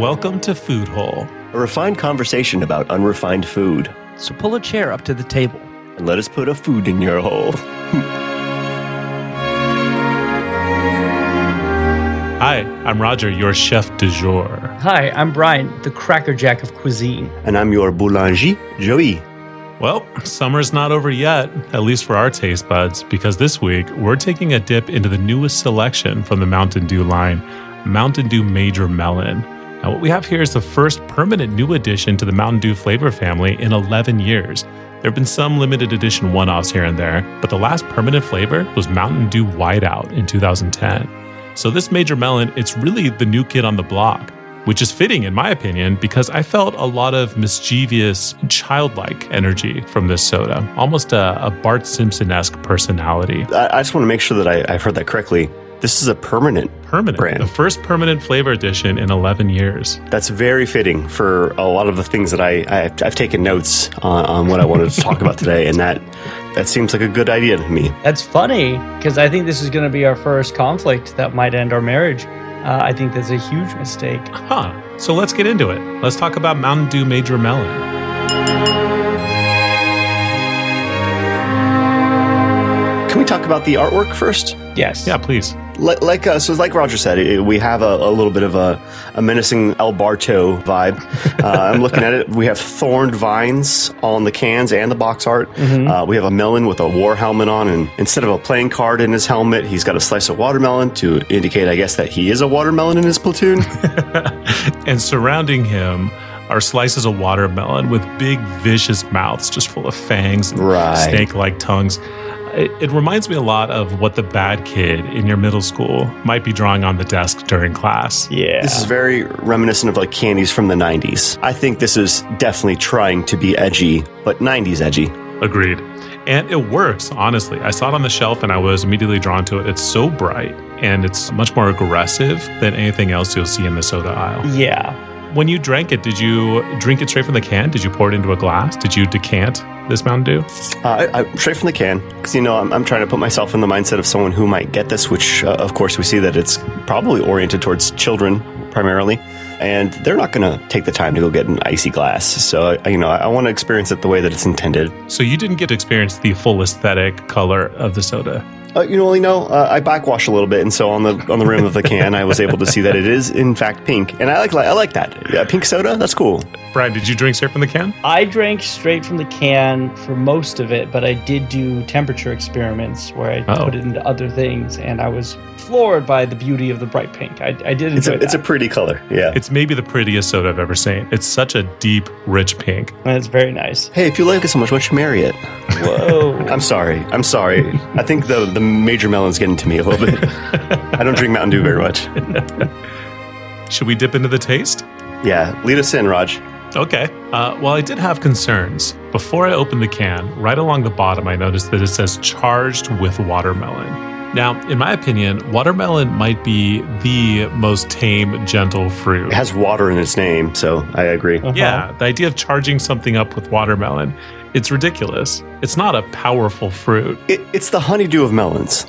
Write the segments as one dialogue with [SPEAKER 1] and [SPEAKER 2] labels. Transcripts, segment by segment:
[SPEAKER 1] Welcome to Food Hole.
[SPEAKER 2] A refined conversation about unrefined food.
[SPEAKER 3] So pull a chair up to the table.
[SPEAKER 2] And let us put a food in your hole.
[SPEAKER 1] Hi, I'm Roger, your chef du jour.
[SPEAKER 3] Hi, I'm Brian, the crackerjack of cuisine.
[SPEAKER 2] And I'm your boulanger, Joey.
[SPEAKER 1] Well, summer's not over yet, at least for our taste buds, because this week we're taking a dip into the newest selection from the Mountain Dew line Mountain Dew Major Melon. Now, what we have here is the first permanent new addition to the Mountain Dew flavor family in 11 years. There have been some limited edition one offs here and there, but the last permanent flavor was Mountain Dew Whiteout in 2010. So, this Major Melon, it's really the new kid on the block which is fitting in my opinion because I felt a lot of mischievous, childlike energy from this soda, almost a, a Bart Simpson esque personality.
[SPEAKER 2] I, I just want to make sure that I, I've heard that correctly. This is a permanent.
[SPEAKER 1] Permanent,
[SPEAKER 2] Brand.
[SPEAKER 1] the first permanent flavor addition in 11 years.
[SPEAKER 2] That's very fitting for a lot of the things that I, I I've taken notes on, on what I wanted to talk about today, and that that seems like a good idea to me.
[SPEAKER 3] That's funny because I think this is going to be our first conflict that might end our marriage. Uh, I think that's a huge mistake.
[SPEAKER 1] Huh. So let's get into it. Let's talk about Mountain Dew Major Melon.
[SPEAKER 2] Can we talk about the artwork first?
[SPEAKER 3] Yes.
[SPEAKER 1] Yeah, please.
[SPEAKER 2] Like, like uh, so, like Roger said, it, we have a, a little bit of a, a menacing El Barto vibe. Uh, I'm looking at it. We have thorned vines on the cans and the box art.
[SPEAKER 3] Mhm.
[SPEAKER 2] Uh, we have a melon with a war helmet on, and instead of a playing card in his helmet, he's got a slice of watermelon to indicate, I guess, that he is a watermelon in his platoon.
[SPEAKER 1] and surrounding him are slices of watermelon with big, vicious mouths just full of fangs and
[SPEAKER 2] Right.
[SPEAKER 1] snake like tongues. It, it reminds me a lot of what the bad kid in your middle school might be drawing on the desk during class.
[SPEAKER 3] Yeah.
[SPEAKER 2] This is very reminiscent of like candies from the 90s. I think this is definitely trying to be edgy, but 90s edgy.
[SPEAKER 1] Agreed. And it works, honestly. I saw it on the shelf and I was immediately drawn to it. It's so bright and it's much more aggressive than anything else you'll see in the soda aisle.
[SPEAKER 3] yeah.
[SPEAKER 1] When you drank it, did you drink it straight from the can? Did you pour it into a glass? Did you decant this Mountain Dew?
[SPEAKER 2] Uh, I, I, straight from the can, because you know I'm, I'm trying to put myself in the mindset of someone who might get this, which uh, of course we see that it's probably oriented towards children primarily, and they're not going to take the time to go get an icy glass. So I, you know I, I want to experience it the way that it's intended.
[SPEAKER 1] So you didn't get to experience the full aesthetic color of the soda.
[SPEAKER 2] Uh, you know, only know uh, I backwash a little bit, and so on the on the rim of the can, I was able to see that it is in fact pink, and I like I like that yeah, pink soda. That's cool.
[SPEAKER 1] Brian, did you drink straight from the can?
[SPEAKER 3] I drank straight from the can for most of it, but I did do temperature experiments where I
[SPEAKER 1] Oh.
[SPEAKER 3] put it into other things, and I was floored by the beauty of the bright pink. I, I did enjoy
[SPEAKER 2] It's a
[SPEAKER 3] that.
[SPEAKER 2] it's a pretty color. Yeah.
[SPEAKER 1] It's maybe the prettiest soda I've ever seen. It's such a deep, rich pink.
[SPEAKER 3] That's very nice.
[SPEAKER 2] Hey, if you like it so much, why don't you marry it?
[SPEAKER 3] Whoa.
[SPEAKER 2] I'm sorry. I'm sorry. I think the the major melon's getting to me a little bit. I don't drink Mountain Dew very much.
[SPEAKER 1] Should we dip into the taste?
[SPEAKER 2] Yeah, lead us in, Raj.
[SPEAKER 1] Okay. Uh, well, I did have concerns. Before I opened the can, right along the bottom, I noticed that it says charged with watermelon. Now, in my opinion, watermelon might be the most tame, gentle fruit.
[SPEAKER 2] It has water in its name, so I agree.
[SPEAKER 3] Uh-huh.
[SPEAKER 1] Yeah, the idea of charging something up with watermelon, it's ridiculous. It's not a powerful fruit.
[SPEAKER 2] It, it's the honeydew of melons.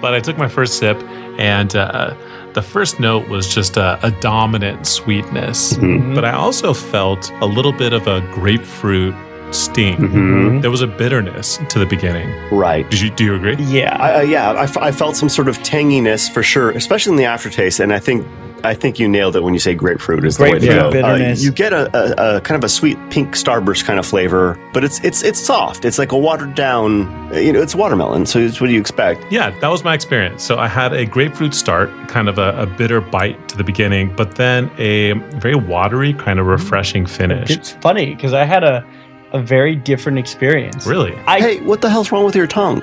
[SPEAKER 1] But I took my first sip, and uh, the first note was just a, a dominant sweetness.
[SPEAKER 3] Mm-hmm.
[SPEAKER 2] Mhm.
[SPEAKER 1] But I also felt a little bit of a grapefruit sting.
[SPEAKER 2] Mhm.
[SPEAKER 1] There was a bitterness to the beginning.
[SPEAKER 2] Right.
[SPEAKER 1] Did you, do you agree?
[SPEAKER 3] Yeah.
[SPEAKER 2] I, I, yeah, I, f- I felt some sort of tanginess for sure, especially in the aftertaste, and I think. I think you nailed it when you say grapefruit is the way to go.
[SPEAKER 3] Grapefruit bitterness.
[SPEAKER 2] Uh, you get a, a, a kind of a sweet pink starburst kind of flavor, but it's it's it's soft. It's like a watered down, you know, it's watermelon, so it's what you expect.
[SPEAKER 1] Yeah, that was my experience. So I had a grapefruit start, kind of a, a bitter bite to the beginning, but then a very watery, kind of refreshing finish.
[SPEAKER 3] It's funny because I had a, a very different experience.
[SPEAKER 1] Really? Oh,
[SPEAKER 3] I, hey.
[SPEAKER 2] hey, what the hell's wrong with your tongue?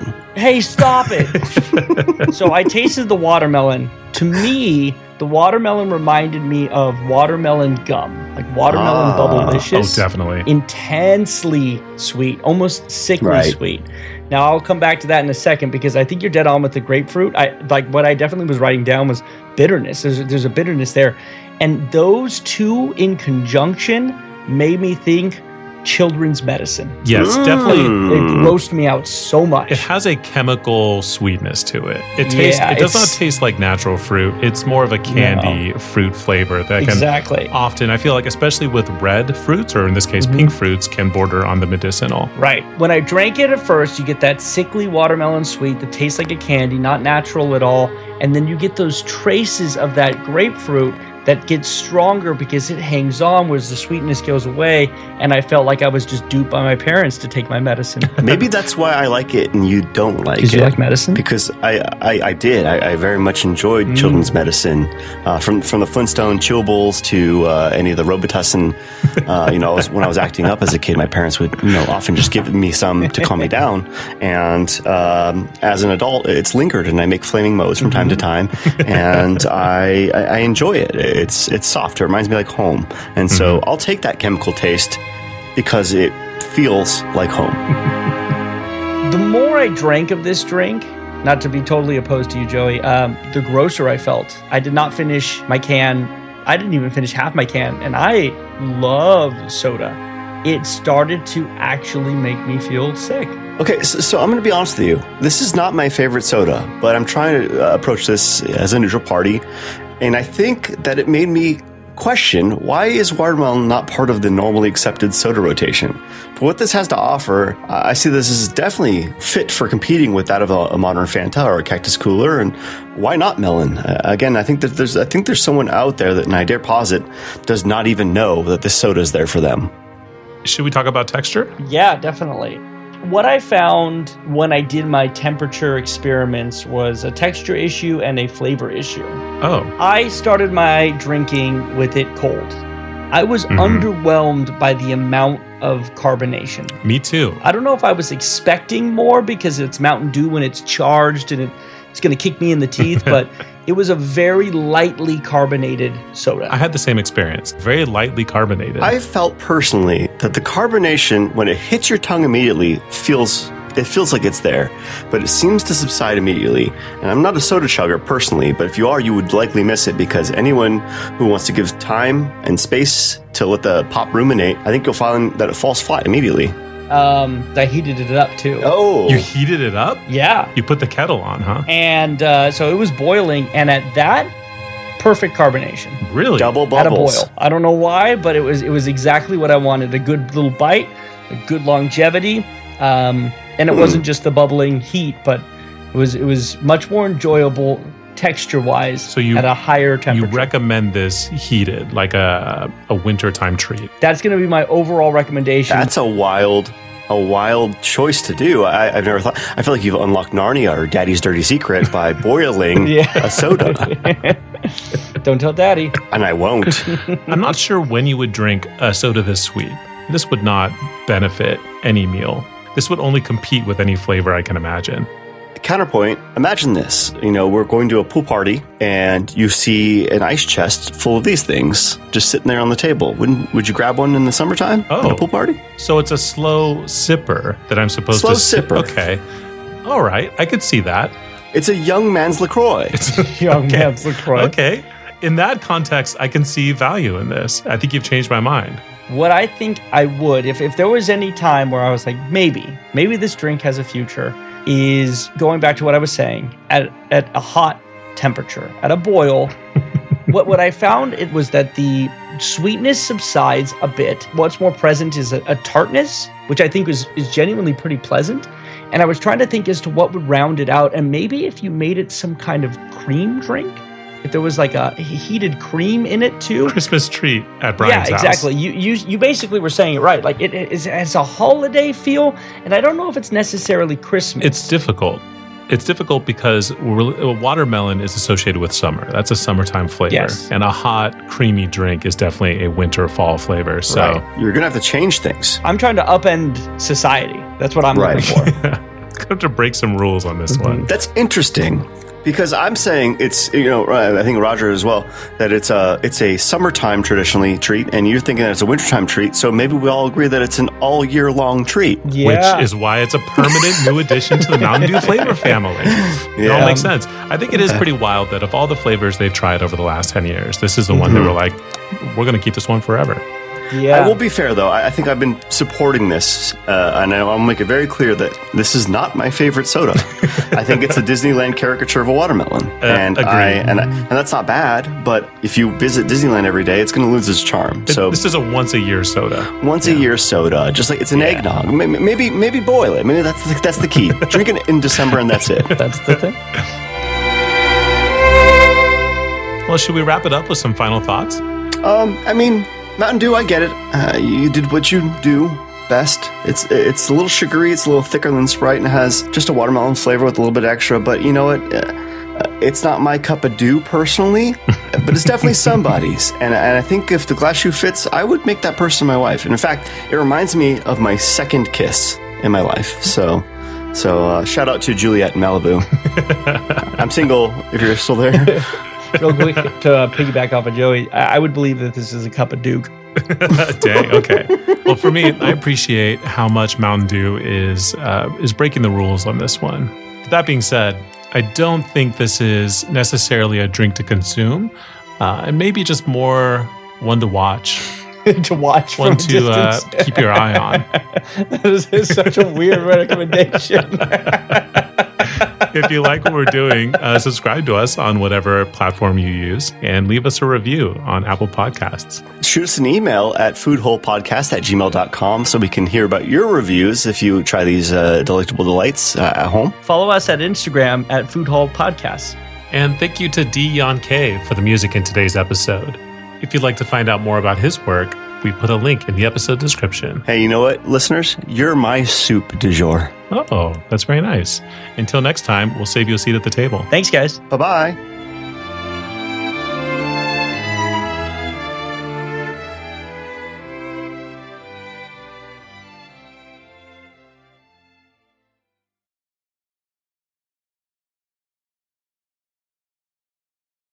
[SPEAKER 3] stop it. so I tasted the watermelon. To me, the watermelon reminded me of watermelon gum, like watermelon
[SPEAKER 2] Ah.
[SPEAKER 3] bubble
[SPEAKER 1] Oh,
[SPEAKER 3] delicious.
[SPEAKER 1] definitely.
[SPEAKER 3] Intensely sweet, almost sickly
[SPEAKER 2] Right.
[SPEAKER 3] sweet. Now I'll come back to that in a second because I think you're dead on with the grapefruit. I like what I definitely was writing down was bitterness. There's there's a bitterness there, and those two in conjunction made me think children's medicine.
[SPEAKER 1] Yes, definitely.
[SPEAKER 3] It grossed me out so much.
[SPEAKER 1] It has a chemical sweetness to it. It tastes.
[SPEAKER 3] Yeah,
[SPEAKER 1] it does not
[SPEAKER 3] it's-
[SPEAKER 1] taste like natural fruit. It's more of a candy fruit flavor that can
[SPEAKER 3] exactly.
[SPEAKER 1] often I feel like, especially with red fruits or in this case
[SPEAKER 3] Mhm.
[SPEAKER 1] pink fruits, can border on the medicinal.
[SPEAKER 3] Right. When I drank it at first, you get that sickly watermelon sweet that tastes like a candy, not natural at all. And then you get those traces of that grapefruit that gets stronger because it hangs on whereas the sweetness goes away. And I felt like I was just duped by my parents to take my medicine.
[SPEAKER 2] Maybe that's why I like it and you don't like it.
[SPEAKER 3] Because you like medicine?
[SPEAKER 2] because I, I, I did. I, I very much enjoyed
[SPEAKER 1] Mm.
[SPEAKER 2] children's medicine, uh, from from the Flintstone Chill Bulls to uh, any of the Robitussin. Uh, you know, I was, when I was acting up as a kid, my parents would you know often just give me some to calm me down. And um, as an adult, it's lingered, and I make flaming moes from time to
[SPEAKER 3] Mm-hmm.
[SPEAKER 2] time, and I, I I enjoy it. It's it's soft. It reminds me like home, and so
[SPEAKER 3] Mm-hmm.
[SPEAKER 2] I'll take that chemical taste because it feels like home.
[SPEAKER 3] The more I drank of this drink, not to be totally opposed to you, Joey, um, the grosser I felt. I did not finish my can. I didn't even finish half my can, and I love soda. It started to actually make me feel sick.
[SPEAKER 2] Okay, so, so I'm going to be honest with you. This is not my favorite soda, but I'm trying to uh, approach this as a neutral party. And I think that it made me question why is watermelon not part of the normally accepted soda rotation? But what this has to offer, I I see this is definitely fit for competing with that of a, a modern Fanta or a Cactus Cooler, and why not melon? Uh, again, I think that there's I think there's someone out there that, and I dare posit, does not even know that this soda is there for them.
[SPEAKER 1] Should we talk about texture?
[SPEAKER 3] Yeah, definitely. What I found when I did my temperature experiments was a texture issue and a flavor issue.
[SPEAKER 1] Oh,
[SPEAKER 3] I started my drinking with it cold. I was
[SPEAKER 1] Mhm.
[SPEAKER 3] underwhelmed by the amount of carbonation.
[SPEAKER 1] me too.
[SPEAKER 3] I don't know if I was expecting more because it's Mountain Dew when it's charged and it, it's going to kick me in the teeth, but it was a very lightly carbonated soda.
[SPEAKER 1] I had the same experience. Very lightly carbonated.
[SPEAKER 2] I felt personally that the carbonation, when it hits your tongue immediately, feels it feels like it's there, but it seems to subside immediately. And I'm not a soda chugger personally, but if you are, you would likely miss it because anyone who wants to give time and space to let the pop ruminate, I think you'll find that it falls flat immediately.
[SPEAKER 3] um, I heated it up too.
[SPEAKER 2] Oh,
[SPEAKER 1] you heated it up.
[SPEAKER 3] Yeah.
[SPEAKER 1] You put the kettle on, huh?
[SPEAKER 3] And uh, so it was boiling, and at that, perfect carbonation.
[SPEAKER 1] Really?
[SPEAKER 2] double
[SPEAKER 3] At a
[SPEAKER 2] bubbles.
[SPEAKER 3] boil. I don't know why, but it was it was exactly what I wanted. A good little bite, a good longevity, um, and it
[SPEAKER 2] Hmm.
[SPEAKER 3] wasn't just the bubbling heat, but it was it was much more enjoyable texture wise.
[SPEAKER 1] So you-
[SPEAKER 3] at a higher
[SPEAKER 1] You
[SPEAKER 3] temperature.
[SPEAKER 1] recommend this heated, like a a wintertime treat.
[SPEAKER 3] That's going to be my overall recommendation.
[SPEAKER 2] That's a wild, a wild choice to do. I, I've never thought. I feel like you've unlocked Narnia or Daddy's Dirty Secret by boiling
[SPEAKER 3] yeah.
[SPEAKER 2] a soda,
[SPEAKER 3] don't tell daddy.
[SPEAKER 2] and I won't.
[SPEAKER 1] I'm not sure when you would drink a soda this sweet. This would not benefit any meal. This would only compete with any flavor I can imagine.
[SPEAKER 2] Counterpoint, imagine this. You know, we're going to a pool party and you see an ice chest full of these things just sitting there on the table. Wouldn't would you grab one in the summertime at
[SPEAKER 1] Oh.
[SPEAKER 2] a pool party?
[SPEAKER 1] So it's a slow sipper that I'm supposed
[SPEAKER 2] Slow
[SPEAKER 1] to sip-
[SPEAKER 2] sipper.
[SPEAKER 1] Okay. All right, I could see that.
[SPEAKER 2] It's a young man's LaCroix.
[SPEAKER 1] It's
[SPEAKER 3] Young
[SPEAKER 1] Okay.
[SPEAKER 3] man's LaCroix.
[SPEAKER 1] okay. In that context, I can see value in this. I think you've changed my mind.
[SPEAKER 3] What I think I would, if, if there was any time where I was like, maybe, maybe this drink has a future, is going back to what I was saying at, at a hot temperature, at a boil. what, what I found it was that the sweetness subsides a bit. What's more present is a, a tartness, which I think is, is genuinely pretty pleasant. And I was trying to think as to what would round it out. And maybe if you made it some kind of cream drink, if there was like a heated cream in it too
[SPEAKER 1] Christmas treat at Brian's
[SPEAKER 3] yeah,
[SPEAKER 1] house.
[SPEAKER 3] exactly. You you you basically were saying it right. Like it, it is it's a holiday feel, and I don't know if it's necessarily Christmas.
[SPEAKER 1] It's difficult. It's difficult because we're- watermelon is associated with summer. That's a summertime flavor.
[SPEAKER 3] Yes.
[SPEAKER 1] And a hot, creamy drink is definitely a winter fall flavor. So
[SPEAKER 2] Right. you're gonna have to change things.
[SPEAKER 3] I'm trying to upend society. That's what I'm
[SPEAKER 2] Right.
[SPEAKER 3] looking for.
[SPEAKER 1] gonna have to break some rules on this
[SPEAKER 3] Mm-hmm.
[SPEAKER 1] one.
[SPEAKER 2] That's interesting because I'm saying it's you know uh, I think Roger as well that it's a it's a summertime traditionally treat and you're thinking that it's a wintertime treat so maybe we all agree that it's an all year long treat.
[SPEAKER 3] yeah.
[SPEAKER 1] Which is why it's a permanent new addition to the Mountain Dew flavor family. It all
[SPEAKER 2] Yeah.
[SPEAKER 1] makes sense. I think it is pretty wild that of
[SPEAKER 3] Mm-hmm.
[SPEAKER 1] all the flavors they've tried over the last 10 years, this is the one they
[SPEAKER 2] Mhm.
[SPEAKER 1] were like, we're going to keep this one forever.
[SPEAKER 3] Yeah.
[SPEAKER 2] I will be fair though. I, I think I've been supporting this, uh, and I, I'll make it very clear that this is not my favorite soda. I think it's a Disneyland caricature of a watermelon, and
[SPEAKER 1] agreed.
[SPEAKER 2] I and I, and that's not bad. But if you visit Disneyland every day, it's going to lose its charm. So
[SPEAKER 1] this is a once a year soda.
[SPEAKER 2] once a year soda, just like it's an eggnog. May- may- Maybe maybe boil it. Maybe that's the, that's the key. Drink it in December, and that's it.
[SPEAKER 3] That's the thing.
[SPEAKER 1] Well, should we wrap it up with some final thoughts?
[SPEAKER 2] Um, I mean, Mountain Dew, I get it. Uh, you did what you do best. It's it's a little sugary, it's a little thicker than Sprite, and has just a watermelon flavor with a little bit extra. But you know what? Uh, it's not my cup of dew personally, but it's definitely somebody's. And, and I think if the glass shoe fits, I would make that person my wife. And in fact, it reminds me of my second kiss in my life. So. So uh, shout out to Juliet in Malibu. I'm single. If you're still there,
[SPEAKER 3] Real quick to uh, piggyback off of Joey, I, I would believe that this is a cup of Duke.
[SPEAKER 1] Dang. Okay. Well, for me, I appreciate how much Mountain Dew is uh, is breaking the rules on this one. That being said, I don't think this is necessarily a drink to consume, uh, and maybe just more one to watch,
[SPEAKER 3] to watch
[SPEAKER 1] one
[SPEAKER 3] from
[SPEAKER 1] to uh,
[SPEAKER 3] distance.
[SPEAKER 1] keep your eye on.
[SPEAKER 3] that is, is such a weird recommendation.
[SPEAKER 1] if you like what we're doing, uh, subscribe to us on whatever platform you use and leave us a review on Apple Podcasts.
[SPEAKER 2] shoot us an email at foodholepodcast at gmail.com so we can hear about your reviews if you try these uh, delectable delights uh, at home.
[SPEAKER 3] Follow us at Instagram at Food Hall Podcast.
[SPEAKER 1] And thank you to Dion K for the music in today's episode. If you'd like to find out more about his work, we put a link in the episode description.
[SPEAKER 2] Hey, you know what, listeners? You're my soup du jour.
[SPEAKER 1] Oh, that's very nice. Until next time, we'll save you a seat at the table.
[SPEAKER 3] Thanks, guys.
[SPEAKER 2] Bye bye.